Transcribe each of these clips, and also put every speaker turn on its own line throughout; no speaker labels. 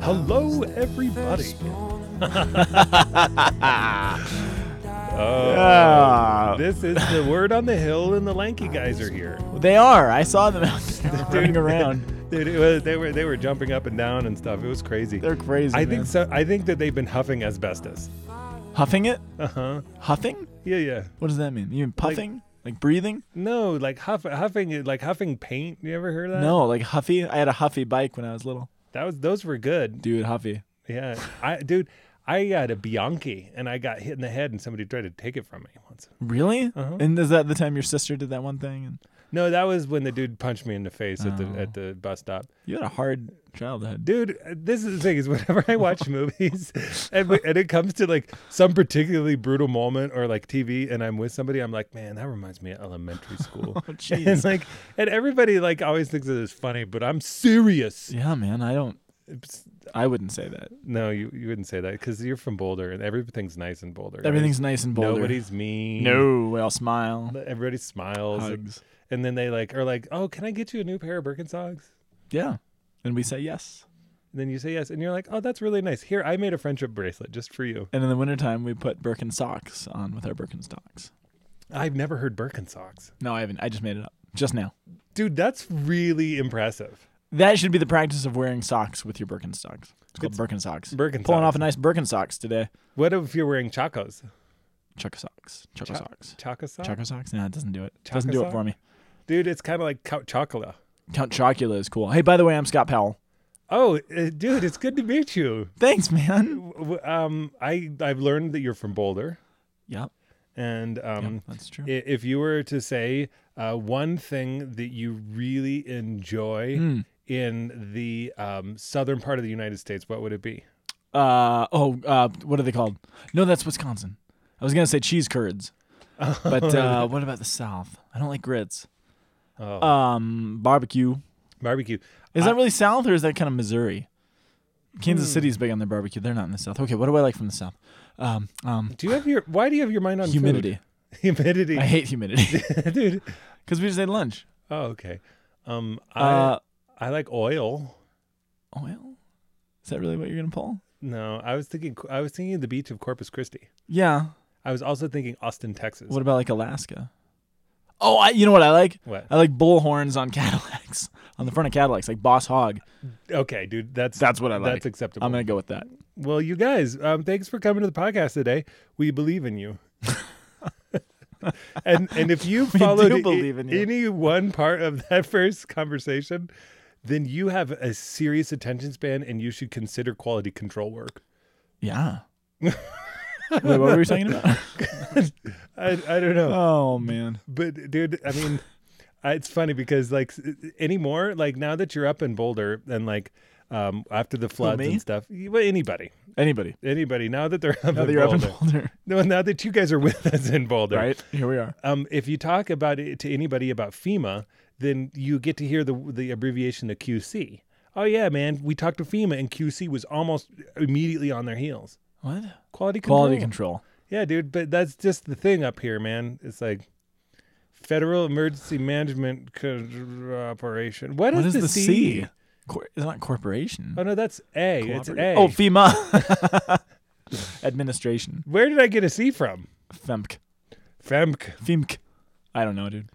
Hello, everybody. Uh, Oh,
Ah,
This is the word on the hill, and the lanky guys are here.
they are. I saw them out there running
Dude.
around.
Dude, it was, they were they were jumping up and down and stuff. It was crazy.
They're crazy.
I
man.
think so. I think that they've been huffing asbestos.
Huffing it?
Uh huh.
Huffing?
Yeah, yeah.
What does that mean? You mean puffing? Like, breathing?
No, like huff, huffing, it- like huffing paint. You ever heard of that?
No, like huffy. I had a huffy bike when I was little.
That was those were good.
Dude, huffy.
Yeah, I dude, I got a Bianchi and I got hit in the head, and somebody tried to take it from me once.
Really?
Uh-huh.
And is that the time your sister did that one thing? And
No, that was when the dude punched me in the face at the
Oh.
at the bus stop.
you had a hard childhood.
Dude, this is the thing is whenever I watch movies and, we- and it comes to like some particularly brutal moment or like TV and I'm with somebody, I'm like, man, that reminds me of elementary school.
Oh,
and
jeez.
like, and everybody like always thinks that it's funny, but I'm serious.
yeah, man. I don't.
It's-
I wouldn't say that.
No, you, you wouldn't say that because you're from Boulder and everything's nice in Boulder. right?
Everything's nice and bold.
Nobody's mean.
No, we all smile.
Everybody smiles.
Hugs.
And then they like are like, oh, can I get you a new pair of Birkenstocks?
Yeah. And we say yes.
And then you say yes. And you're like, oh, that's really nice. Here, I made a friendship bracelet just for you.
And in the wintertime, we put Birkenstocks on with our Birkenstocks.
I've never heard Birkenstocks.
No, I haven't. I just made it up just now.
Dude, that's really impressive.
That should be the practice of wearing socks with your Birkenstocks. It's called Birkenstocks.
Birkenstocks.
Pulling off a nice Birkenstocks today.
What if you're wearing chacos?
Chukka socks. Chukka
Chuck-
socks.
Chaco sock?
Chukka socks? Nah, it doesn't do it.
Chukka
doesn't do it
sock?
for me.
Dude, it's kind of like couch chocolate.
Count Chocula is cool. Hey, by the way, I'm Scott Powell.
Oh, uh, dude, it's good to meet you.
Thanks, man.
W- w- Um, I I've learned that you're from Boulder,
Yep.
and um,
that's true.
i- if you were to say uh, one thing that you really enjoy
Hmm.
in the um, southern part of the United States, what would it be?
Uh oh. Uh, what are they called? No, that's Wisconsin. I was gonna say cheese curds, but uh, what about the South? I don't like grits.
Oh,
Um, barbecue.
barbecue.
Is
I-
that really South or is that kind of Missouri? Kansas City's big on their barbecue. They're not in the South. Okay, what do I like from the South? Um, um,
Do you have your? Why do you have your mind on food?
humidity.
Humidity,
I hate humidity
dude.
because we just ate lunch.
Oh, okay. Um, I
Uh,
I like oil.
oil. Is that really what you're gonna pull?
No, I was thinking I was thinking the beach of Corpus Christi.
Yeah.
I was also thinking Austin, Texas.
What about like Alaska? Oh, I, you know what I like?
What?
I like bull horns on Cadillacs, on the front of Cadillacs, like Boss Hog.
Okay, dude, that's
That's what I like.
that's acceptable.
I'm gonna go with that.
well, you guys, um, thanks for coming to the podcast today. We believe in you. and and if you followed
do
a-
believe in you.
any one part of that first conversation, then you have a serious attention span, and you should consider quality control work.
Yeah. Wait, what were we talking about?
I, I don't know.
oh man.
But dude, I mean, I- it's funny because like s- anymore, like now that you're up in Boulder and like um after the floods
me?
and stuff, you- well, anybody,
Anybody?
anybody, now that they're up,
Now
in,
that you're up
Boulder,
in Boulder,
no, now that you guys are with us in Boulder,
right? Here we are.
Um, if you talk about it to anybody about FEMA, then you get to hear the the abbreviation to QC. Oh yeah, man, we talked to FEMA and QC was almost immediately on their heels.
What?
Quality control.
Quality control.
Yeah, dude, but that's just the thing up here, man. It's like Federal Emergency Management Co- Operation. What is,
What is
the,
the
C?
C? Cor- it's not corporation.
Oh no, that's A. It's A.
Cooperative- Oh, FEMA. Administration.
Where did I get a C from?
FEMC.
Femk.
FEMC. I don't know, dude.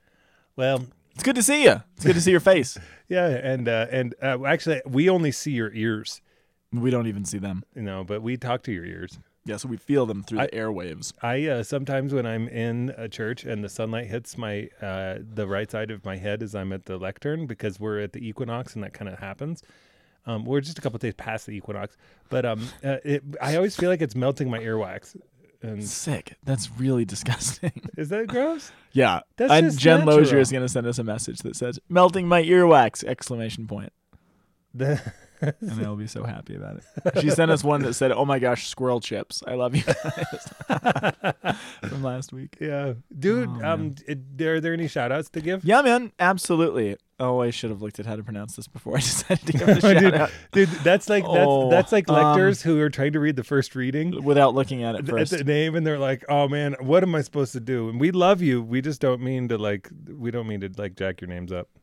Well,
It's good to see you. It's good to see your face.
yeah, and uh, and uh, actually, we only see your ears,
We don't even see them.
you know, but we talk to your ears.
Yeah, so we feel them through
I-
the airwaves.
I uh, sometimes when I'm in a church and the sunlight hits my uh, the right side of my head as I'm at the lectern because we're at the equinox and that kind of happens. Um, we're just a couple days past the equinox, but um, uh, it, I always feel like it's melting my earwax. And
Sick. That's really disgusting.
is that gross?
Yeah.
That's
and
just
Jen Lozier
natural.
is going to send us a message that says, melting my earwax, exclamation point.
The-
And they'll be so happy about it. She sent us one that said, oh my gosh, squirrel chips. I love you guys. From last week.
yeah, dude.
Oh,
um, d- are there any shout outs to give?
Yeah, man. Absolutely. Oh, I should have looked at how to pronounce this before I decided to give it a shout
dude,
out
dude, that's like that's,
Oh,
that's like
um,
lectors who are trying to read the first reading.
without looking at it
at
first.
the name and they're like, "Oh man, what am I supposed to do?" And we love you. We just don't mean to like we don't mean to like jack your names up.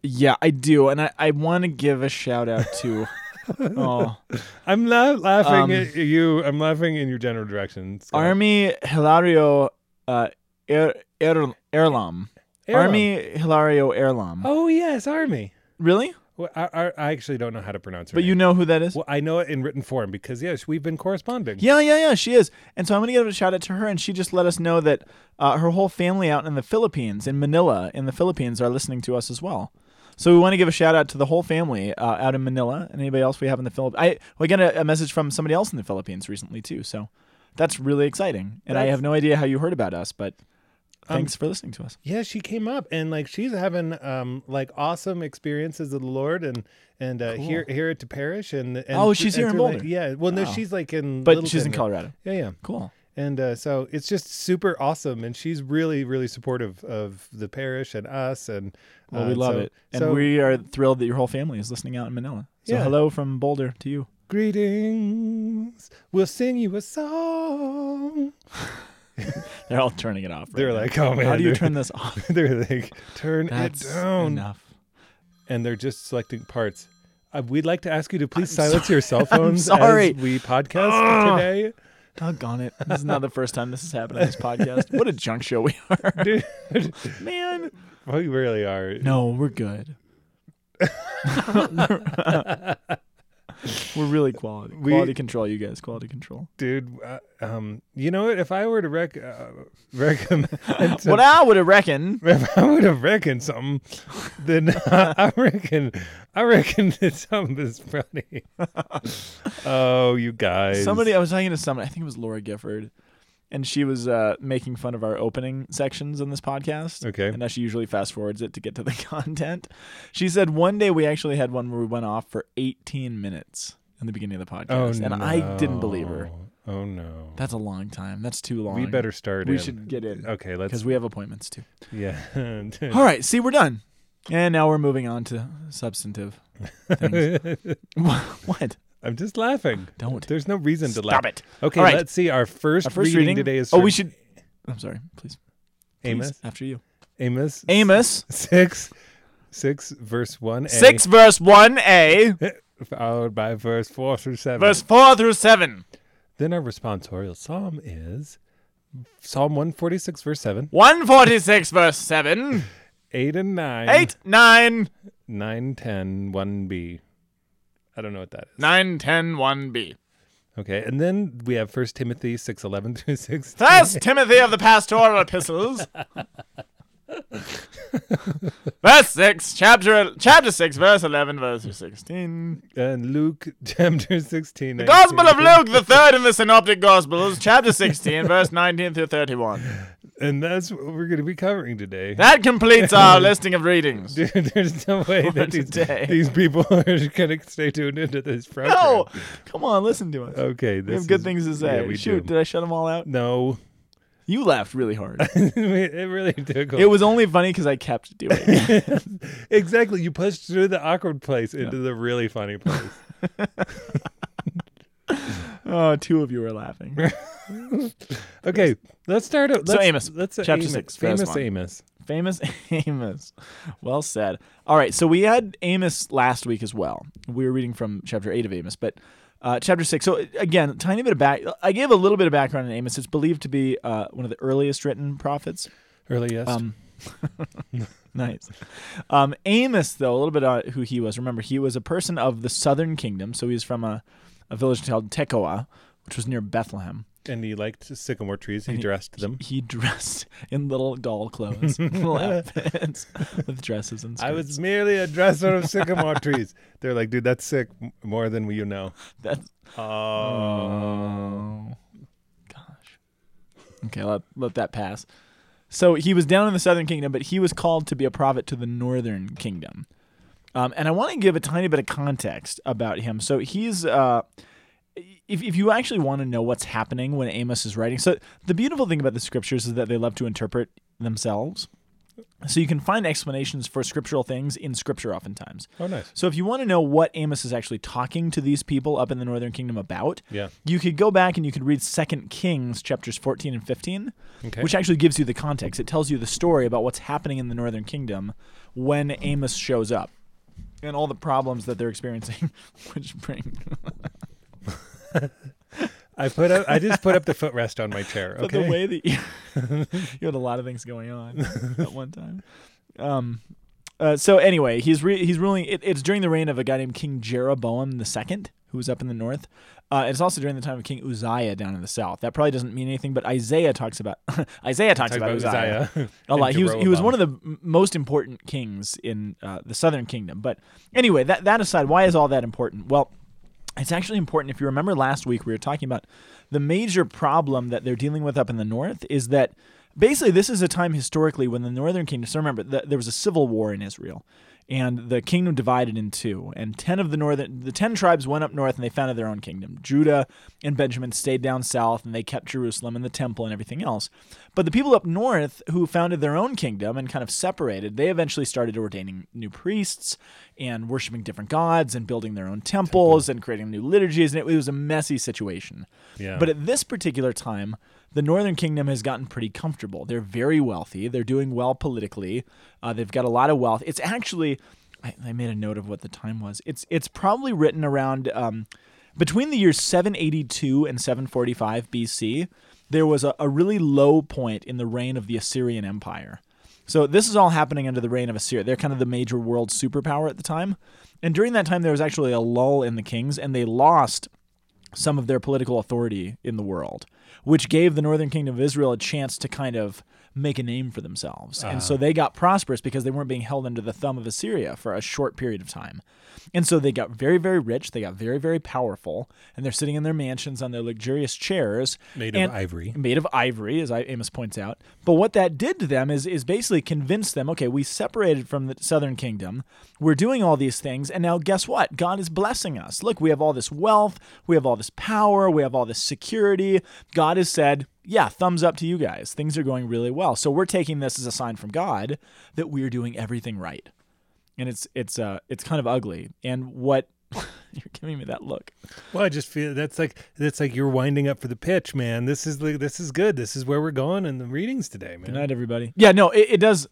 Yeah, I do. And I, I want to give a shout out to Oh,
I'm not laughing
Um,
at you. I'm laughing in your general direction. Scott.
Army Hilario uh, er, er, Erlam.
Airline.
Army Hilario Erlam.
Oh yes, army.
Really?
Well, I, I, I actually don't know how to pronounce her
But you know who that is?
Well, I know it in written form because yes, we've been corresponding.
Yeah, yeah, yeah. She is. And so I'm going to give a shout out to her. And she just let us know that uh, her whole family out in the Philippines, in Manila, in the Philippines, are listening to us as well. So we want to give a shout out to the whole family uh, out in Manila and anybody else we have in the Philippines. I we got a, a message from somebody else in the Philippines recently too. So that's really exciting. And I
That's- Um,
have no idea how you heard about us, but thanks for listening to us.
Yeah, she came up and like she's having um like awesome experiences of the Lord and and uh, here here at to parish and, and
Oh, she's here in
through, like-
Boulder.
yeah, well no,
Wow.
she's like in
But she's
Littleton.
in Colorado.
Yeah, yeah,
Cool.
and uh, so it's just super awesome and she's really really supportive of the parish and us and
Well,
uh,
we love
so-
it. And
so
we are thrilled that your whole family is listening out in Manila. So
Yeah.
hello from Boulder to you.
greetings. We'll sing you a song.
They're all turning it off. right
They're
now.
like, oh man,
how do you
they're-
turn this off?
They're like, turn
That's
it down.
enough.
and they're just selecting parts. Uh, we'd like to ask you to please silence your cell phones
sorry. Ah.
as we podcast today.
Doggone it. This is not the first time this has happened on this podcast. What a junk show we are.
Dude,
Man.
we really are.
No, we're good. we're really quality.
We-
Quality control, you guys. Quality control.
Dude, uh, um, you know what? If I were to rec- uh, recommend,
what I would have reckoned.
if I would have reckoned something, then I reckon, I reckon that something is funny. oh, you guys.
Somebody, I was talking to somebody, I think it was Laura Gifford, and she was uh, making fun of our opening sections in this podcast.
Okay.
And now she usually fast forwards it to get to the content. She said one day we actually had one where we went off for 18 minutes in the beginning of the podcast.
Oh,
and I didn't believe her.
no. Oh no.
That's a long time. That's too long.
we better start.
We
in.
should get in
Okay, let's.
because we have appointments too.
yeah. Dude.
All right. See, we're done. And now we're moving on to substantive things. what?
I'm just laughing.
Don't.
There's no reason to laugh.
Stop it.
Okay,
All right.
let's see. Our first,
Our first
reading,
reading,
today is
Oh, we
from
should. I'm sorry. Please. Please,
Amos.
After you.
Amos.
Amos
Six. Six, verse one. A,
six, verse one a,
Followed by verse four through seven.
verse four through seven.
Then our responsorial psalm is Psalm 146, verse seven.
One forty six, verse seven,
Eight and nine.
eight, nine,
Nine, ten, one B. I don't know what that is.
nine, ten, one b.
Okay, and then we have First Timothy six eleven through six.
First Timothy of the pastoral epistles. verse six, chapter chapter six, verse eleven, verse sixteen.
And Luke chapter sixteen.
The Gospel of
19.
Luke, the third in the Synoptic Gospels, chapter sixteen, verse nineteen through thirty-one.
And that's what we're going to be covering today.
That completes our listing of readings.
Dude, there's no way that these,
today.
these people are going to stay tuned into this program.
No, come on, listen to us.
Okay. Oh, This
we have good
is-
things to say.
Yeah, we
Shoot,
do.
did I shut them all out?
No.
You laughed really hard.
it really tickled.
it was only funny because I kept doing it.
exactly. You pushed through the awkward place into the really funny place.
Oh, two of you were laughing.
Okay. Let's start out.
So
let's-
Amos,
Let's say
chapter
Amos,
six, verse
Famous
one.
Amos.
Famous Amos. Well said. All right, so we had Amos last week as well. We were reading from chapter 8 of Amos, but uh, chapter 6. So, again, tiny bit of back. I gave a little bit of background on Amos. It's believed to be uh, one of the earliest written prophets.
Earliest.
Um, nice. Um, Amos, though, a little bit on who he was. Remember, he was a person of the southern kingdom, so he was from a, a village called Tekoa, which was near Bethlehem.
and he liked sycamore trees. He dressed them.
He dressed in little doll clothes, little outfits with dresses and skirts.
I was merely a dresser of sycamore trees. They're like, dude, that's sick. m- More than you know.
That's,
Oh.
oh, gosh. Okay, let let that pass. So he was down in the southern kingdom, but he was called to be a prophet to the northern kingdom. Um, and I want to give a tiny bit of context about him. So he's, uh, if, if you actually want to know what's happening when Amos is writing, so the beautiful thing about the scriptures is that they love to interpret themselves. So you can find explanations for scriptural things in scripture oftentimes.
Oh, nice.
So if you want to know what Amos is actually talking to these people up in the northern kingdom about,
Yeah.
you could go back and you could read 2 Kings chapters 14 and 15,
Okay.
which actually gives you the context. It tells you the story about what's happening in the northern kingdom when Amos shows up. and all the problems that they're experiencing, which bring
I put up, I just put up the footrest on my chair.
But
Okay.
the way that you, you had a lot of things going on at one time. Um, uh, so anyway, he's re- he's ruling. It, it's during the reign of a guy named King Jeroboam II, who was up in the north. Uh, it's also during the time of King Uzziah down in the south. That probably doesn't mean anything, but Isaiah talks about Isaiah talks about, Uzziah a lot. He was he was one of the m- most important kings in uh, the Southern Kingdom. But anyway, that that aside, why is all that important? Well, it's actually important if you remember last week we were talking about the major problem that they're dealing with up in the north is that basically this is a time historically when the northern kingdom. So remember, th there was a civil war in Israel. And the kingdom divided in two, and ten of the northern, the ten tribes went up north, and they founded their own kingdom. Judah and Benjamin stayed down south, and they kept Jerusalem and the temple and everything else. But the people up north who founded their own kingdom and kind of separated, they eventually started ordaining new priests and worshiping different gods and building their own temples and creating new liturgies. And it, was a messy situation.
Yeah.
But at this particular time, the Northern Kingdom has gotten pretty comfortable. They're very wealthy. They're doing well politically. Uh, they've got a lot of wealth. It's actually, I, I made a note of what the time was. It's it's probably written around um, between the years 782 and 745 BC. There was a, a really low point in the reign of the Assyrian Empire. So this is all happening under the reign of Assyria. They're kind of the major world superpower at the time. And during that time, there was actually a lull in the kings, and they lost some of their political authority in the world, which gave the northern kingdom of Israel a chance to kind of make a name for themselves. And
Uh-huh.
so they got prosperous because they weren't being held under the thumb of Assyria for a short period of time. And so they got very, very rich. They got very, very powerful. And they're sitting in their mansions on their luxurious chairs.
made
and-
of ivory.
made of ivory, as I, Amos points out. But what that did to them is is basically convince them, okay, we separated from the southern kingdom, we're doing all these things, and now guess what? God is blessing us. Look, we have all this wealth, we have all this power, we have all this security. God has said, yeah, thumbs up to you guys. Things are going really well. So we're taking this as a sign from God that we're doing everything right. And it's it's uh it's kind of ugly. And what you're giving me that look.
Well, I just feel that's like that's like you're winding up for the pitch, man. This is the, this is good. This is where we're going in the readings today, man.
Good night, everybody. Yeah, no, it, it does.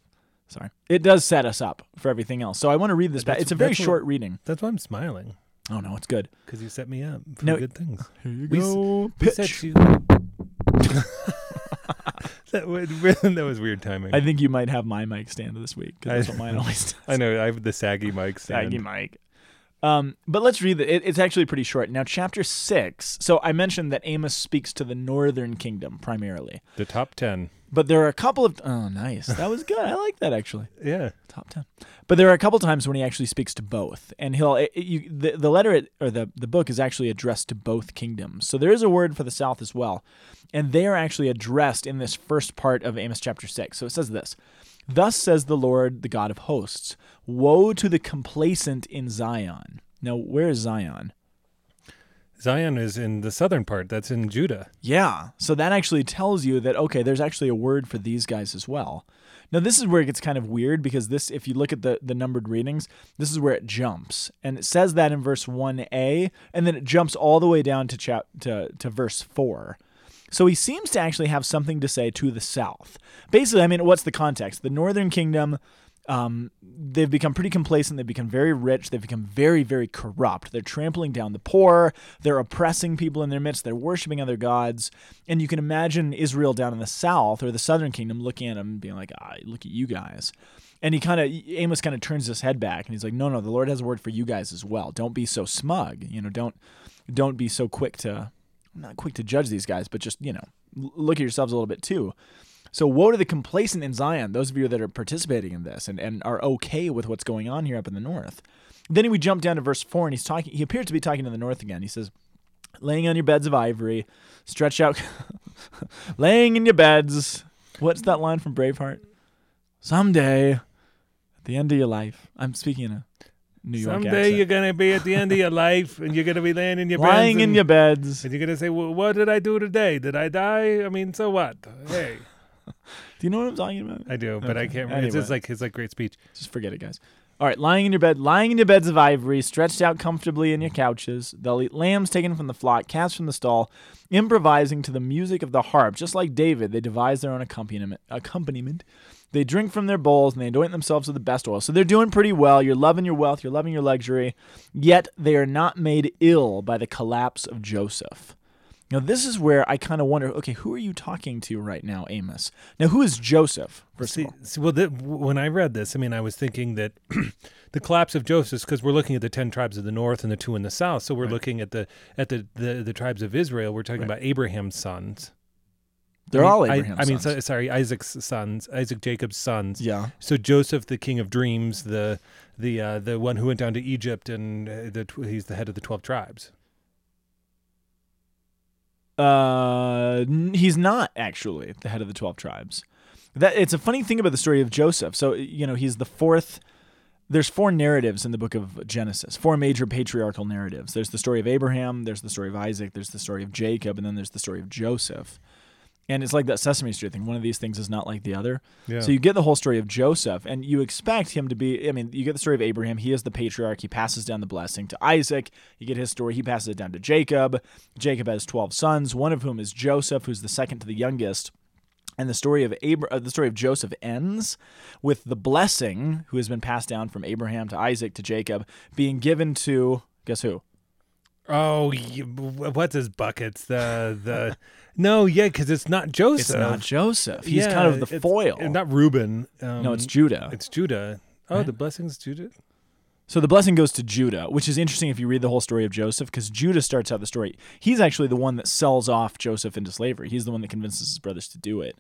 Sorry, it does set us up for everything else. So I want to read this back.
That's-
It's a very
that's what-
short reading.
That's why I'm smiling
Oh no, it's good.
because you set me up for
No,
good things.
Here you
We s-
go.
We
Pitch.
set you. that, was, that was weird timing.
I
I,
think you might have my mic stand this week because that's
I-
what mine always does.
know. I have the saggy mic stand.
Saggy mic. Um, but let's read the, it. It's actually pretty short. Now, chapter six. So I mentioned that Amos speaks to the northern kingdom primarily,
The top ten.
but there are a couple of. Oh, nice. That was good. I like that actually.
Yeah.
top 10 but there are a couple times when he actually speaks to both and he'll it, it- you, the, the letter it, or the, the book is actually addressed to both kingdoms so there is a word for the south as well and they are actually addressed in this first part of amos chapter 6 so it says this thus says the lord the god of hosts woe to the complacent in zion now where is zion
Zion is in the southern part. That's in Judah.
Yeah. So that actually tells you that okay, there's actually a word for these guys as well. Now this is where it gets kind of weird because this if you look at the the numbered readings, this is where it jumps. And it says that in verse 1a and then it jumps all the way down to chap- to to verse 4. So he seems to actually have something to say to the south. Basically, I mean, what's the context? The northern kingdom um, they've become pretty complacent. They've become very rich. They've become very, very corrupt. They're trampling down the poor. They're oppressing people in their midst. They're worshiping other gods. And you can imagine Israel down in the south or the southern kingdom looking at them and being like, ah, look at you guys. And he kind of, Amos kind of turns his head back and he's like, no, no, the Lord has a word for you guys as well. Don't be so smug. You know, don't, don't be so quick to, I'm not quick to judge these guys, but just, you know, l- look at yourselves a little bit too. So woe to the complacent in Zion, those of you that are participating in this and, and are okay with what's going on here up in the north. Then we jump down to verse four and he's talking he appears to be talking to the north again. He says, Laying on your beds of ivory, stretch out laying in your beds. What's that line from Braveheart? Someday at the end of your life. I'm speaking in a New York
Someday
accent.
you're gonna be at the end of your life, and you're gonna be laying in your beds
lying in
and-
your beds.
And you're gonna say, well, "What did I do today? Did I die? I mean, so what? Hey,
Do you know what I'm talking about?
I do, but I
Okay,
can't. remember. It's
anyway.
just like his like great speech.
Just forget it, guys. All right, lying in your bed, lying in your beds of ivory, stretched out comfortably in your couches. They'll eat lambs taken from the flock, cast from the stall, improvising to the music of the harp, just like David. They devise their own accompaniment. Accompaniment. They drink from their bowls and they anoint themselves with the best oil. So they're doing pretty well. You're loving your wealth, you're loving your luxury, yet they are not made ill by the collapse of Joseph. Now, this is where I kind of wonder okay, who are you talking to right now, Amos? Now, who is Joseph? First
See,
of all?
see, well, the, when I read this, I mean, I was thinking that the collapse of Joseph, because we're looking at the ten tribes of the north and the two in the south, so we're looking at the at the, the the tribes of Israel. We're talking about Abraham's sons. I
They're
mean,
all
I-
Abraham's
I, mean,
sons.
so- sorry, Isaac's sons, Isaac Jacob's sons.
yeah.
So Joseph, the king of dreams, the the uh, the one who went down to Egypt, and uh, the tw- he's the head of the twelve tribes.
Uh, n- he's not actually the head of the 12 tribes. That it's a funny thing about the story of Joseph. So, you know, he's the fourth there's four narratives in the book of Genesis, four major patriarchal narratives. There's the story of Abraham, there's the story of Isaac, there's the story of Jacob, and then there's the story of Joseph. And it's like that Sesame Street thing. One of these things is not like the other.
Yeah.
So you get the whole story of Joseph, and you expect him to be. I mean, you get the story of Abraham. He is the patriarch. He passes down the blessing to Isaac. You get his story. He passes it down to Jacob. Jacob has 12 sons, one of whom is Joseph, who's the second to the youngest. And the story of Abra- uh, the story of Joseph ends with the blessing, who has been passed down from Abraham to Isaac to Jacob, being given to guess who?
Oh, you, what's his buckets? The the no, yeah, because it's not Joseph.
It's not Joseph. He's
Yeah,
kind of the
it's- uh,
foil.
Not Reuben. Um,
no, it's Judah.
It's Judah. Oh, the blessings Judah.
So the blessing goes to Judah, which is interesting if you read the whole story of Joseph, because Judah starts out the story. He's actually the one that sells off Joseph into slavery. He's the one that convinces his brothers to do it.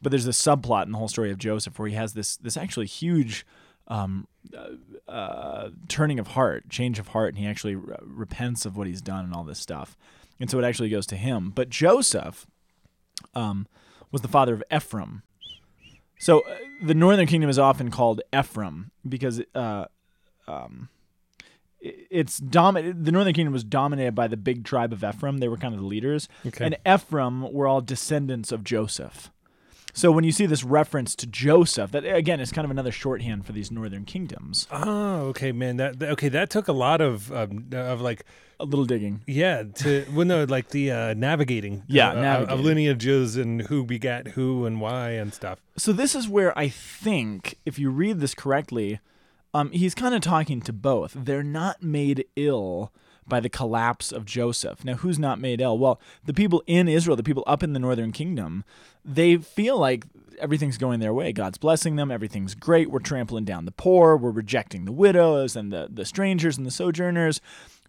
But there's this subplot in the whole story of Joseph where he has this this actually huge um, uh, uh, turning of heart, change of heart, and he actually re- repents of what he's done and all this stuff. And so it actually goes to him. But Joseph um, was the father of Ephraim. So uh, the northern kingdom is often called Ephraim because uh, it's domin- the northern kingdom was dominated by the big tribe of Ephraim. They were kind of the leaders.
Okay.
And Ephraim were all descendants of Joseph. So when you see this reference to Joseph, that again is kind of another shorthand for these northern kingdoms.
Oh, okay, man. That that- okay. That took a lot of um, of like
A little digging.
yeah to well no like the uh, navigating
Yeah,
uh, of- of
navigating.
lineages and who begat who and why and stuff.
So this is where I think, if you read this correctly, um, he's kind of talking to both. They're not made ill by the collapse of Joseph. Now, who's not made ill? Well, the people in Israel, the people up in the northern kingdom, they feel like everything's going their way. God's blessing them. Everything's great. We're trampling down the poor. We're rejecting the widows and the, the strangers and the sojourners.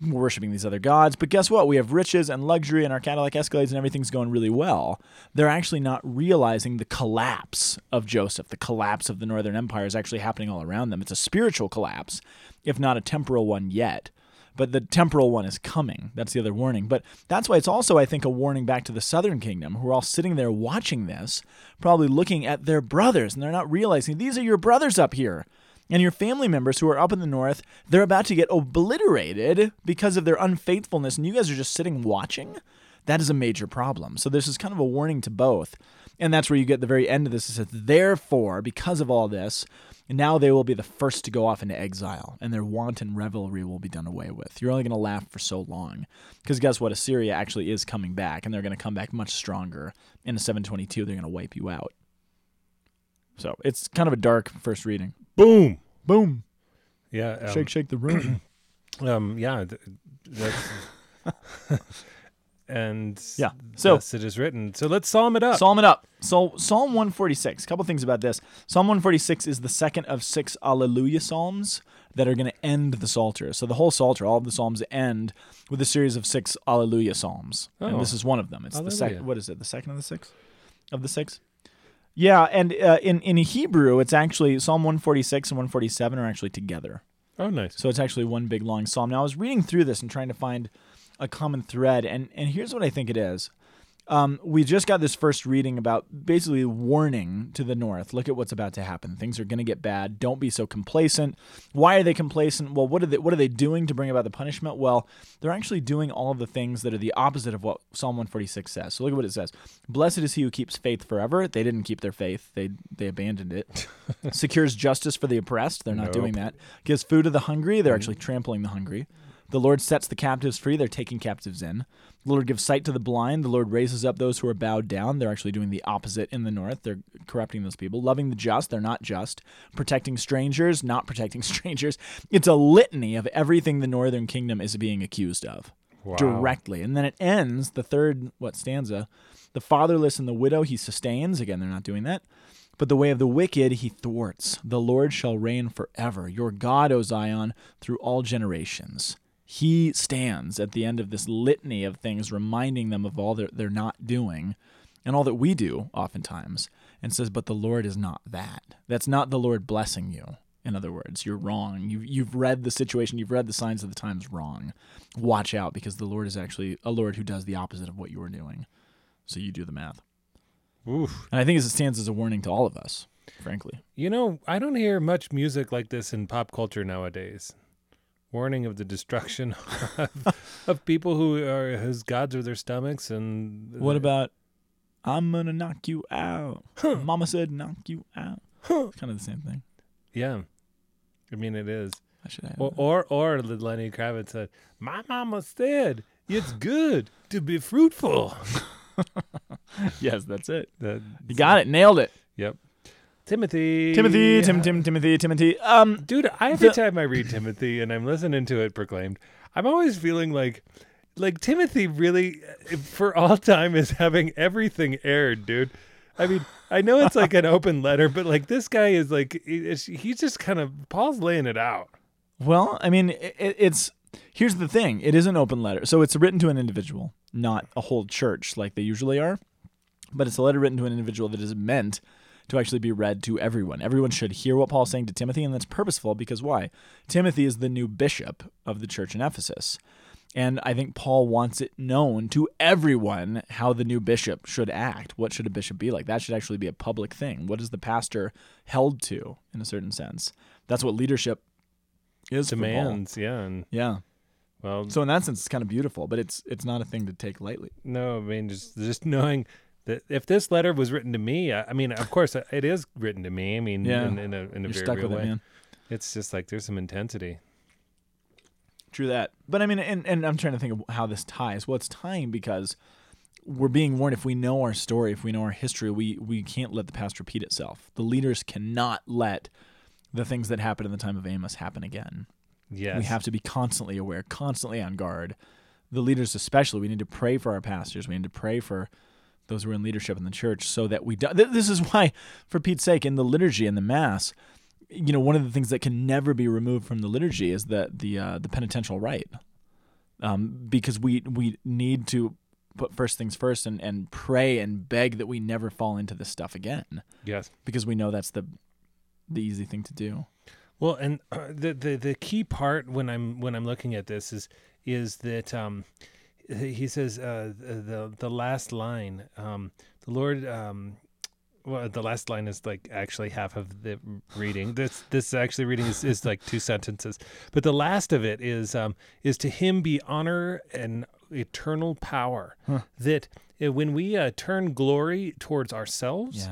We're worshiping these other gods. But guess what? We have riches and luxury and our Cadillac Escalades and everything's going really well. They're actually not realizing the collapse of Joseph. The collapse of the Northern Empire is actually happening all around them. It's a spiritual collapse, if not a temporal one yet but the temporal one is coming. That's the other warning. But that's why it's also, I think, a warning back to the southern kingdom, who are all sitting there watching this, probably looking at their brothers, and they're not realizing these are your brothers up here. And your family members who are up in the north, they're about to get obliterated because of their unfaithfulness, and you guys are just sitting watching? That is a major problem. So this is kind of a warning to both. And that's where you get the very end of this. It says, therefore, because of all this, now they will be the first to go off into exile, and their wanton revelry will be done away with. You're only going to laugh for so long. Because guess what? Assyria actually is coming back, and they're going to come back much stronger. In a 722, they're going to wipe you out. So it's kind of a dark first reading.
Boom.
Boom.
Yeah. um,
Shake, shake the room.
Um, yeah, th- that's, and
Yeah, so-
thus it is written. So let's psalm it up.
Psalm it up. So Psalm 146. A couple things about this. Psalm 146 is the second of six Alleluia psalms that are going to end the Psalter. So the whole Psalter, all of the psalms end with a series of six Alleluia psalms, and this
Oh.
is one of them. It's the
Alleluia.
second. What is it? The second of the six? Of the six? Yeah, and uh, in in Hebrew, it's actually Psalm 146 and 147 are actually together.
oh, nice.
So it's actually one big long psalm. Now I was reading through this and trying to find a common thread, and and here's what I think it is. Um, we just got this first reading about basically warning to the north. Look at what's about to happen. Things are going to get bad. Don't be so complacent. Why are they complacent? Well, what are they what are they doing to bring about the punishment? Well, they're actually doing all of the things that are the opposite of what Psalm 146 says. So look at what it says. Blessed is he who keeps faith forever. They didn't keep their faith. They they abandoned it. Secures justice for the oppressed. They're not doing that. Gives food to the hungry. They're actually trampling the hungry. The Lord sets the captives free, they're taking captives in. The Lord gives sight to the blind, the Lord raises up those who are bowed down. They're actually doing the opposite in the north. They're corrupting those people. Loving the just, they're not just. Protecting strangers, not protecting strangers. It's a litany of everything the northern kingdom is being accused of
Wow.
directly. And then it ends the third what stanza, the fatherless and the widow he sustains. Again, they're not doing that. But the way of the wicked he thwarts. The Lord shall reign forever. Your God, O Zion, through all generations. He stands at the end of this litany of things, reminding them of all that they're not doing and all that we do oftentimes, and says, But the Lord is not that. That's not the Lord blessing you. In other words, you're wrong. You, you've read the situation, you've read the signs of the times wrong. Watch out because the Lord is actually a Lord who does the opposite of what you are doing. So you do the math.
Oof.
And I think as it stands as a warning to all of us, frankly.
You know, I don't hear much music like this in pop culture nowadays. Warning of the destruction of, of people who are whose gods are their stomachs and
What about, I'm going to knock you out? Mama said, knock you out. It's kind of the same thing.
yeah. I mean, it is.
I should add.
Or, or, or Lenny Kravitz said, "My mama said it's good to be fruitful."
yes, that's it.
That-
You got it. Nailed it.
Yep. Timothy.
Timothy, Tim, Tim, Timothy, Timothy. Um,
Dude, I, every
The-
time I read Timothy and I'm listening to it proclaimed, I'm always feeling like, like Timothy really, uh, for all time, is having everything aired, dude. I mean, I know it's like an open letter, but like this guy is like, he- it's- he's just kind of Paul's laying it out.
well, I mean, i i- it's here's the thing. It is an open letter, so it's written to an individual, not a whole church like they usually are. But it's a letter written to an individual that is meant to actually be read to everyone. Everyone should hear what Paul's saying to Timothy, and that's purposeful because why? Timothy is the new bishop of the church in Ephesus. And I think Paul wants it known to everyone how the new bishop should act. What should a bishop be like? That should actually be a public thing. What is the pastor held to in a certain sense? That's what leadership is for Paul.
Demands, yeah, and
Yeah.
well,
So in that sense, it's kind of beautiful, but it's it's not a thing to take lightly.
No, I mean just just knowing that if this letter was written to me, I, I mean, of course, uh, it is written to me. I mean,
Yeah.
in, in a in a
You're
very
stuck
real
with it,
way.
man.
It's just like there's some intensity.
True that. But I mean, and, and I'm trying to think of how this ties. Well, it's tying because we're being warned if we know our story, if we know our history, we, we can't let the past repeat itself. The leaders cannot let the things that happened in the time of Amos happen again.
Yes,
We have to be constantly aware, constantly on guard. The leaders, especially, we need to pray for our pastors. We need to pray for those who are in leadership in the church so that we do. th- This is why, for Pete's sake, in the liturgy and the Mass, you know, one of the things that can never be removed from the liturgy is the the uh, the penitential rite, um, because we we need to put first things first and and pray and beg that we never fall into this stuff again,
yes.
because we know that's the the easy thing to do.
Well, and uh, the, the the key part when I'm when I'm looking at this is is that um, he says uh, the the last line um, the Lord um, well the last line is like actually half of the reading this this actually reading is, is like two sentences but the last of it is um, is to him be honor and eternal power that uh, when we uh, turn glory towards ourselves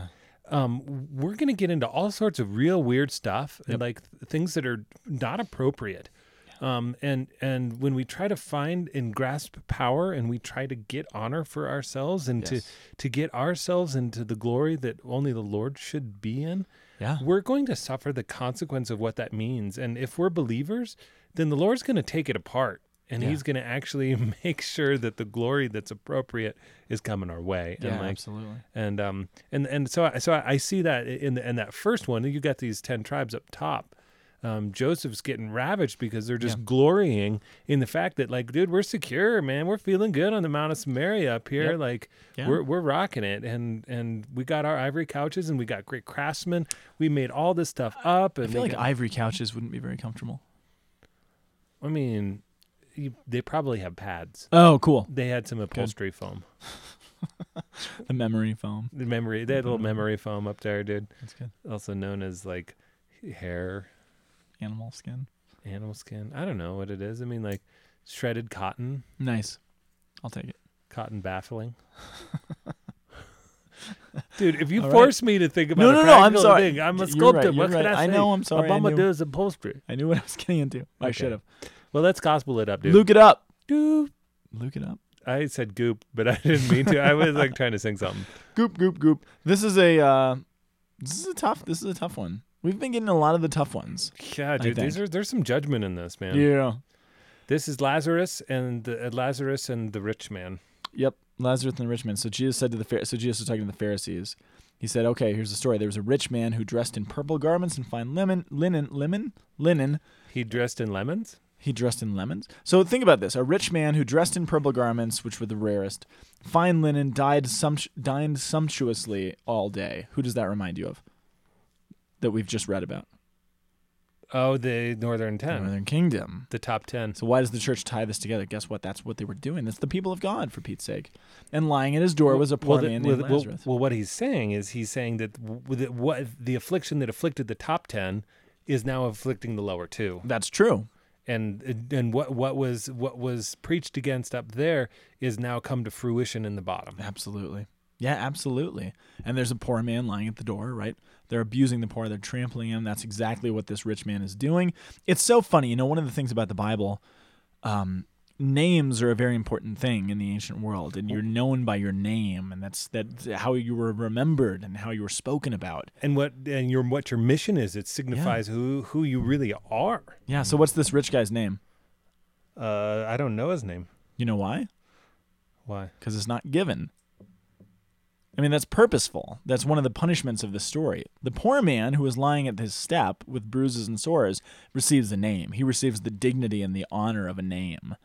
um, we're going to get into all sorts of real weird stuff and like th- things that are not appropriate. Um, and and when we try to find and grasp power and we try to get honor for ourselves and to
Yes.
to get ourselves into the glory that only the Lord should be in,
Yeah.
we're going to suffer the consequence of what that means. And if we're believers, then the Lord's going to take it apart and
Yeah.
he's going to actually make sure that the glory that's appropriate is coming our way.
Yeah,
and like,
absolutely.
and um and and so I, so I I see that in the, in that first one you got these 10 tribes up top um, Joseph's getting ravaged because they're just glorying in the fact that like dude we're secure man we're feeling good on the Mount of Samaria up here
Yep.
like
Yeah.
we're we're rocking it and and we got our ivory couches and we got great craftsmen we made all this stuff up and
I feel
we
like
got-
ivory couches wouldn't be very comfortable.
I mean you, they probably have pads
Oh, cool.
they had some upholstery foam
The memory foam.
the memory they had
Mm-hmm.
a little memory foam up there dude
That's good.
also known as like hair
Animal skin.
animal skin. I don't know what it is. I mean, like shredded cotton,
Nice. I'll take it.
cotton baffling. Dude, if you
All right.
force me to think about
No,
a
no, no, I'm
practical
sorry.
thing, I'm a
Y- you're right,
sculptor. what
you're
can
right.
I
I
say?
know, I'm sorry, I
Obama
knew.
does upholstery.
I knew what I was getting into. I
Okay.
should have.
Well, let's gospel it up, dude.
Luke it up.
Goop.
Look it up.
I said goop, but I didn't mean to. I was like trying to sing something.
Goop goop goop. This is a uh, this is a tough this is a tough one. We've been getting a lot of the tough ones.
Yeah, dude. These
think.
are there's some judgment in this, man.
Yeah.
This is Lazarus and the, uh, Lazarus and the rich man.
Yep. Lazarus and the rich man. So Jesus said to the Phar- so Jesus was talking to the Pharisees. He said, "Okay, here's the story. There was a rich man who dressed in purple garments and fine lemon linen lemon linen.
He dressed in lemons.
He dressed in lemons. So think about this: a rich man who dressed in purple garments, which were the rarest, fine linen, died sumpt- dined sumptuously all day. Who does that remind you of? That we've just read about.
Oh, the Northern Ten,
Northern Kingdom.
the top ten.
So why does the church tie this together? Guess what? That's what they were doing. That's the people of God, for Pete's sake. And lying at his door was a poor
the-
man
well,
named
the- well,
Lazarus.
well, what he's saying is he's saying that w- that what the affliction that afflicted the top ten is now afflicting the lower two,
That's true.
and and what what was what was preached against up there is now come to fruition in the bottom.
Absolutely. Yeah, absolutely. And there's a poor man lying at the door, right? They're abusing the poor. They're trampling him. That's exactly what this rich man is doing. It's so funny. You know, one of the things about the Bible, um, names are a very important thing in the ancient world, and you're known by your name, and that's that's how you were remembered and how you were spoken about.
And what and your what your mission is, it signifies who who you really are.
Yeah. So what's this rich guy's name?
Uh, I don't know his name.
You know why?
Why?
because it's not given. I mean, that's purposeful. That's one of the punishments of the story. The poor man who is lying at his step with bruises and sores receives a name. He receives the dignity and the honor of a name.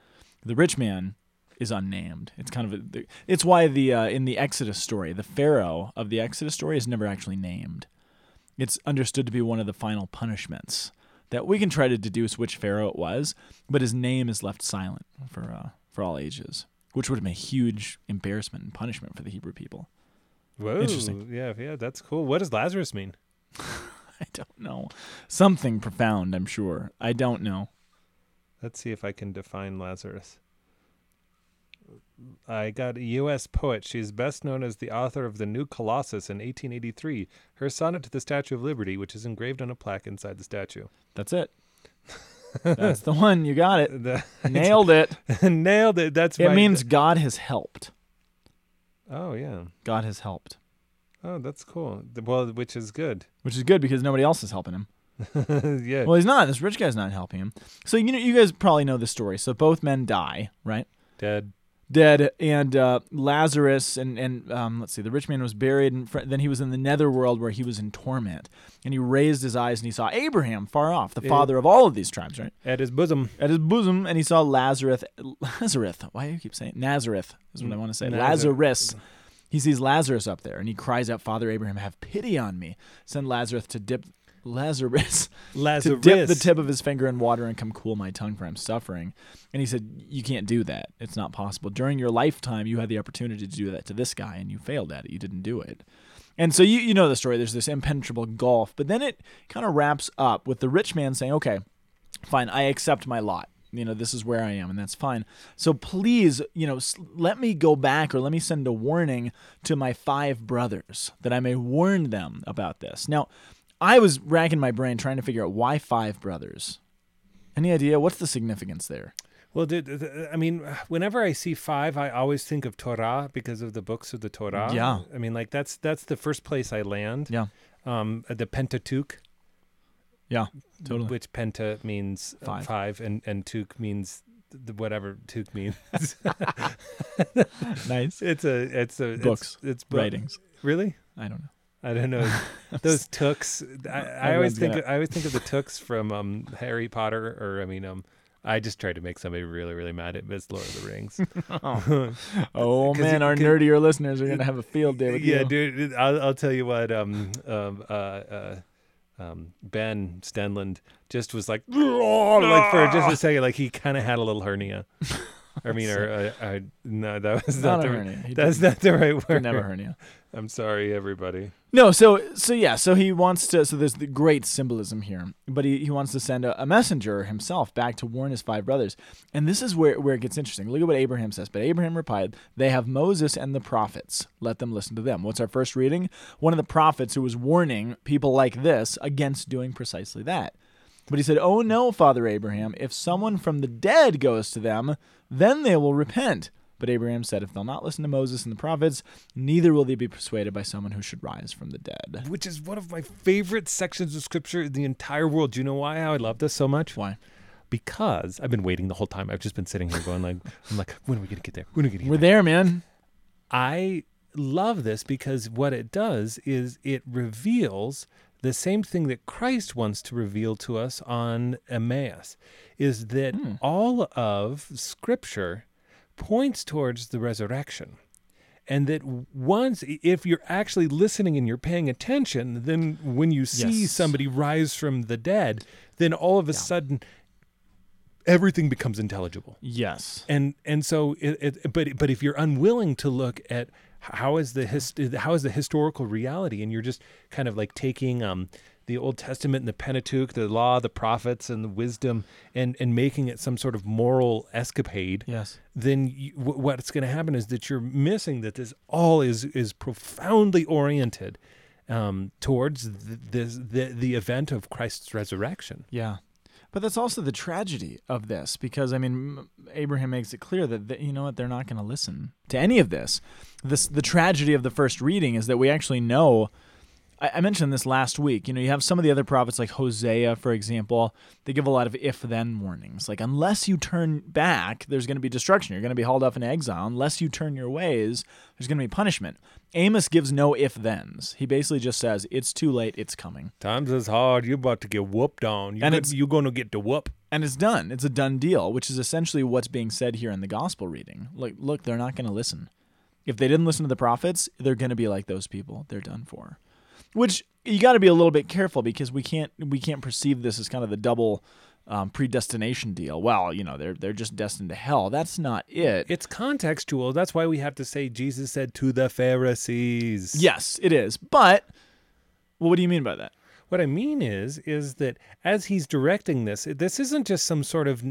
The rich man is unnamed. It's kind of a, the- it's why the uh, in the Exodus story, the Pharaoh of the Exodus story is never actually named. It's understood to be one of the final punishments that we can try to deduce which pharaoh it was, but his name is left silent for uh, for all ages, which would have been a huge embarrassment and punishment for the Hebrew people.
Whoa.
Interesting.
Yeah, yeah, that's cool. What does Lazarus mean?
I don't know. Something profound, I'm sure. I don't know.
Let's see if I can define Lazarus. I got a U.S. poet. She's best known as the author of The New Colossus in 1883, her sonnet to the Statue of Liberty, which is engraved on a plaque inside the statue.
That's it. That's the one. You got it.
The-
Nailed it.
Nailed it. That's
It
my-
means God has helped.
Oh, yeah.
God has helped,
Oh, that's cool. The- Well, which is good.
which is good because nobody else is helping him.
yeah.
Well, he's not. This rich guy's not helping him. So you know, you guys probably know the story. So both men die, right?
Dead.
dead and uh, lazarus and, and um, let's see the rich man was buried and fr- then he was in the netherworld where he was in torment and he raised his eyes and he saw abraham far off the
Yeah.
father of all of these tribes right
At his bosom.
at his bosom and he saw lazarus lazarus why do you keep saying nazareth is what i want to say
Nazar-
lazarus he sees lazarus up there and he cries out father abraham have pity on me send lazarus to dip lazarus to
Lazarus.
dip the tip of his finger in water and come cool my tongue for I'm suffering. And he said, You can't do that. It's not possible. During your lifetime, you had the opportunity to do that to this guy and you failed at it. You didn't do it. And so you, you know the story. There's this impenetrable gulf. But then it kind of wraps up with the rich man saying, Okay, fine, I accept my lot. You know, this is where I am, and that's fine. So please, you know, s- let me go back or let me send a warning to my five brothers that I may warn them about this. Now, I was racking my brain trying to figure out why five brothers. Any idea? What's the significance there?
Well, dude, th- th- I mean, whenever I see five, I always think of Torah because of the books of the Torah.
Yeah.
I mean, like that's that's the first place I land.
Yeah.
Um, the Pentateuch,
Yeah. Totally.
which Penta means uh,
Five.
five and and Tuch means th- th- whatever Tuch means.
nice.
it's a it's a it's-
Books.
It's, book-
Writings.
Really?
I don't know.
I don't know. Those Tooks. I, I
I
always
read
think
that.
I always think of the Tooks from um, Harry Potter, or I mean, um, I just tried to make somebody really really mad at this Lord of the Rings.
Oh,
'Cause
man.
you-
Our
'cause-
nerdier listeners are going to have a field day with
yeah,
you.
dude. I'll, I'll tell you what. Um, um, uh, uh, um, Ben Stenlund just was like, Oh, like for just a second, like he kind of had a little hernia. I mean, or uh, uh, no, that was not,
Not a
the
hernia. He
that's not the right word.
Never hernia.
I'm sorry, everybody.
No, so so yeah, so he wants to. So there's the great symbolism here, but he, he wants to send a, a messenger himself back to warn his five brothers, and this is where where it gets interesting. Look at what Abraham says. But Abraham replied, "They have Moses and the prophets. Let them listen to them." What's our first reading? One of the prophets who was warning people like this against doing precisely that. But he said, Oh no, Father Abraham, if someone from the dead goes to them, then they will repent. But Abraham said, If they'll not listen to Moses and the prophets, neither will they be persuaded by someone who should rise from the dead.
which is one of my favorite sections of scripture in the entire world. Do you know why I love this so much?
Why?
Because I've been waiting the whole time. I've just been sitting here going like, I'm like, when are we gonna get there? When are we gonna get
We're there, man.
I love this because what it does is it reveals the same thing that Christ wants to reveal to us on Emmaus is that all of scripture points towards the resurrection. And that once, if you're actually listening and you're paying attention, then when you see
Yes.
somebody rise from the dead, then all of a sudden everything becomes intelligible
Yes.
and and so it, it but but if you're unwilling to look at how is the hist- how is the historical reality and you're just kind of like taking um the Old Testament and the Pentateuch, the law, the prophets, and the wisdom, and and making it some sort of moral escapade,
Yes.
then you, w- what's going to happen is that you're missing that this all is is profoundly oriented um, towards th this, the the event of Christ's resurrection.
Yeah. But that's also the tragedy of this because, I mean, M- Abraham makes it clear that, that you know what, they're not going to listen to any of this. this. The tragedy of the first reading is that we actually know. I, I mentioned this last week. You know, you have some of the other prophets, like Hosea, for example, they give a lot of if then warnings. Like, unless you turn back, there's going to be destruction. You're going to be hauled off in exile. Unless you turn your ways, there's going to be punishment. Amos gives no if thens. He basically just says, it's too late, it's coming.
Times is hard. You're about to get whooped on. You
And it's-
you're going to get the whoop.
and it's done. It's a done deal, which is essentially what's being said here in the gospel reading. Like, look, they're not going to listen. If they didn't listen to the prophets, they're going to be like those people. They're done for. Which you got to be a little bit careful because we can't we can't perceive this as kind of the double um, predestination deal. Well, you know, they're they're just destined to hell. That's not it.
It's contextual. That's why we have to say Jesus said to the Pharisees.
Yes, it is. But well, what do you mean by that?
What I mean is, is that as he's directing this, this isn't just some sort of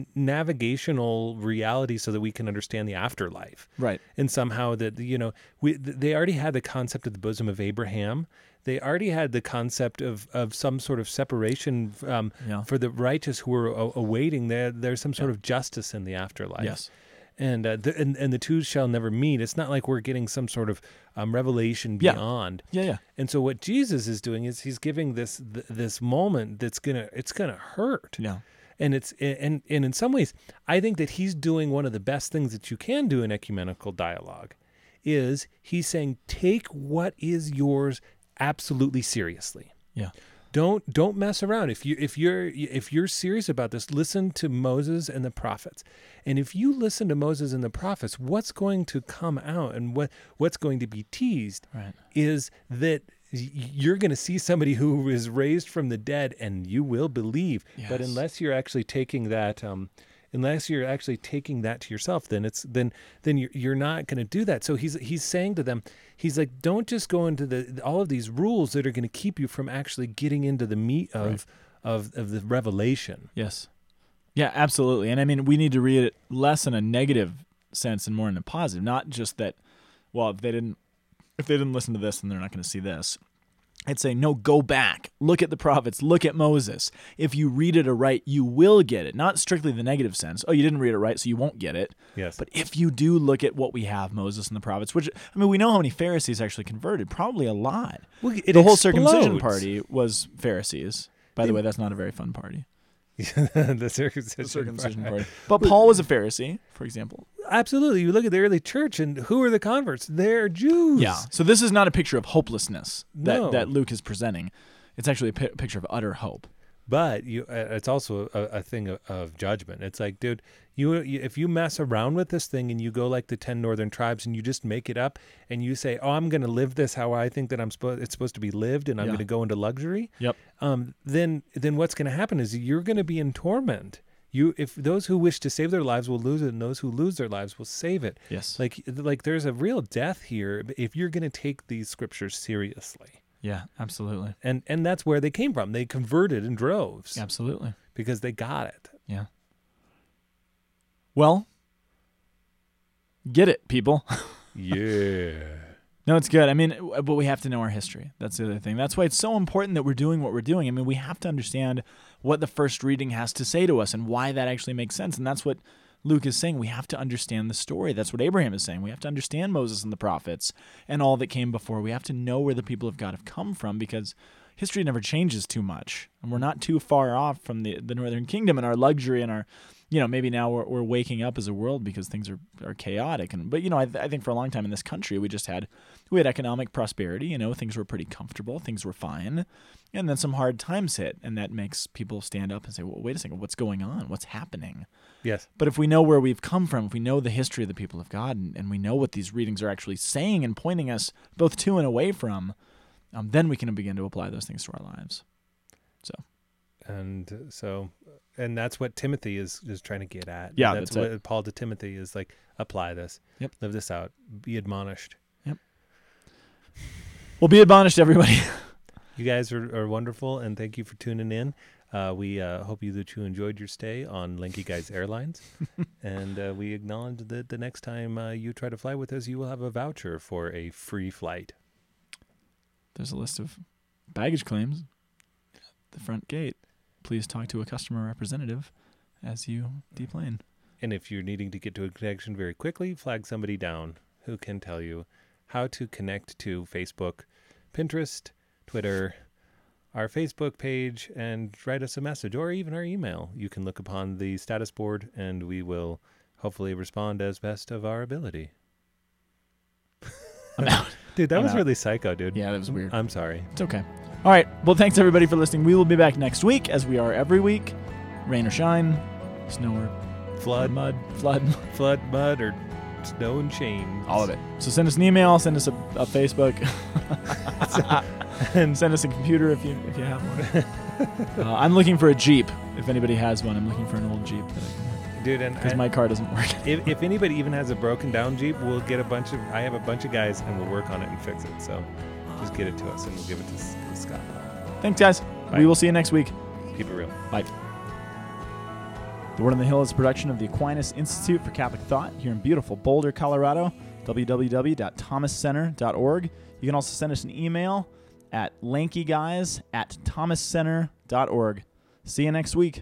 navigational reality so that we can understand the afterlife.
Right.
And somehow that you know we th- they already had the concept of the bosom of Abraham. They already had the concept of, of some sort of separation um,
Yeah.
for the righteous who were a- awaiting. There, there's some sort of justice in the afterlife.
Yes.
and uh, the, and and the two shall never meet. It's not like we're getting some sort of um, revelation
Yeah.
beyond.
Yeah. Yeah.
And so what Jesus is doing is he's giving this th- this moment that's gonna it's gonna hurt.
Yeah.
And it's and and in some ways, I think that he's doing one of the best things that you can do in ecumenical dialogue, is he's saying take what is yours absolutely seriously
Yeah.
don't don't mess around if you if you're if you're serious about this listen to moses and the prophets and if you listen to moses and the prophets what's going to come out and what what's going to be teased
Right.
is that y- you're going to see somebody who is raised from the dead and you will believe but
Yes.
unless you're actually taking that um unless you're actually taking that to yourself then it's then then you're, you're not going to do that so he's he's saying to them he's like don't just go into the all of these rules that are going to keep you from actually getting into the meat of of of the revelation
Yes. Yeah, absolutely. And I mean, we need to read it less in a negative sense and more in a positive, not just that well, if they didn't if they didn't listen to this, then they're not going to see this. I'd say no, go back. Look at the prophets, look at Moses. If you read it aright, you will get it. Not strictly the negative sense. Oh, you didn't read it right, so you won't get it.
yes
But if you do look at what we have, Moses and the prophets, which I mean, we know how many Pharisees actually converted, probably a lot.
Well, it
the whole circumcision
explodes.
party was Pharisees. By the way, that's not a very fun party
the circumcision,
circumcision
party.
party. But Paul was a Pharisee, for example.
absolutely you look at the early church and who are the converts they're jews
So this is not a picture of hopelessness that,
No.
that Luke is presenting. It's actually a pi- picture of utter hope.
but you uh, it's also a, a thing of, of judgment it's like dude you you- if you mess around with this thing and you go like the 10 northern tribes and you just make it up and you say oh i'm going to live this how i think that i'm supposed it's supposed to be lived and i'm
Yeah.
going to go into luxury
Yep.
um, then then what's going to happen is you're going to be in torment you if those who wish to save their lives will lose it and those who lose their lives will save it
Yes.
like like there's a real death here if you're going to take these scriptures seriously
yeah, absolutely.
and and that's where they came from they converted in droves
Absolutely.
because they got it.
Yeah. Well, get it, people.
Yeah.
No, it's good. I mean, w- but we have to know our history. That's the other thing. That's why it's so important that we're doing what we're doing. I mean, we have to understand what the first reading has to say to us and why that actually makes sense. And that's what Luke is saying. We have to understand the story. That's what Abraham is saying. We have to understand Moses and the prophets and all that came before. We have to know where the people of God have come from because history never changes too much. And we're not too far off from the, the Northern Kingdom and our luxury and our, you know, maybe now we're, we're waking up as a world because things are, are chaotic. And, but, you know, I, th- I think for a long time in this country, we just had, we had economic prosperity, you know, things were pretty comfortable, things were fine. And then some hard times hit. And that makes people stand up and say, well, wait a second, what's going on? What's happening?
Yes.
But if we know where we've come from, if we know the history of the people of God, and, and we know what these readings are actually saying and pointing us both to and away from, um, then we can begin to apply those things to our lives.
and so and that's what timothy is is trying to get at
Yeah,
that's,
that's
what
it.
paul to timothy is like apply this
Yep.
live this out be admonished
Well, be admonished, everybody.
you guys are, are wonderful and thank you for tuning in uh, we uh, hope you that you enjoyed your stay on lanky guys airlines and uh, we acknowledge that the next time uh, you try to fly with us you will have a voucher for a free flight
There's a list of baggage claims at the front gate. Please talk to a customer representative as you deplane.
and if you're needing to get to a connection very quickly flag somebody down who can tell you how to connect to facebook pinterest twitter our facebook page and write us a message or even our email you can look upon the status board and we will hopefully respond as best of our ability
I'm out.
dude that
I'm
was
out.
really psycho dude
Yeah, that was weird.
i'm sorry
It's okay. All right. Well, thanks everybody for listening. We will be back next week, as we are every week. Rain or shine, snow or
flood
mud, flood.
flood mud or snow and chains
it. So send us an email, send us a, a Facebook, and send us a computer if you if you have one. uh, I'm looking for a Jeep. If anybody has one, I'm looking for an old Jeep
dude and,
because
and
my car doesn't work.
if, if anybody even has a broken down Jeep, we'll get a bunch of. I have a bunch of guys, and we'll work on it and fix it. So, just get it to us, and we'll give it to, S- to Scott.
Thanks, guys.
Bye.
We will see you next week.
Keep it real.
Bye. The Word on the Hill is a production of the Aquinas Institute for Catholic Thought here in beautiful Boulder, Colorado. www.thomascenter.org. You can also send us an email at lankyguys at thomascenter.org. See you next week.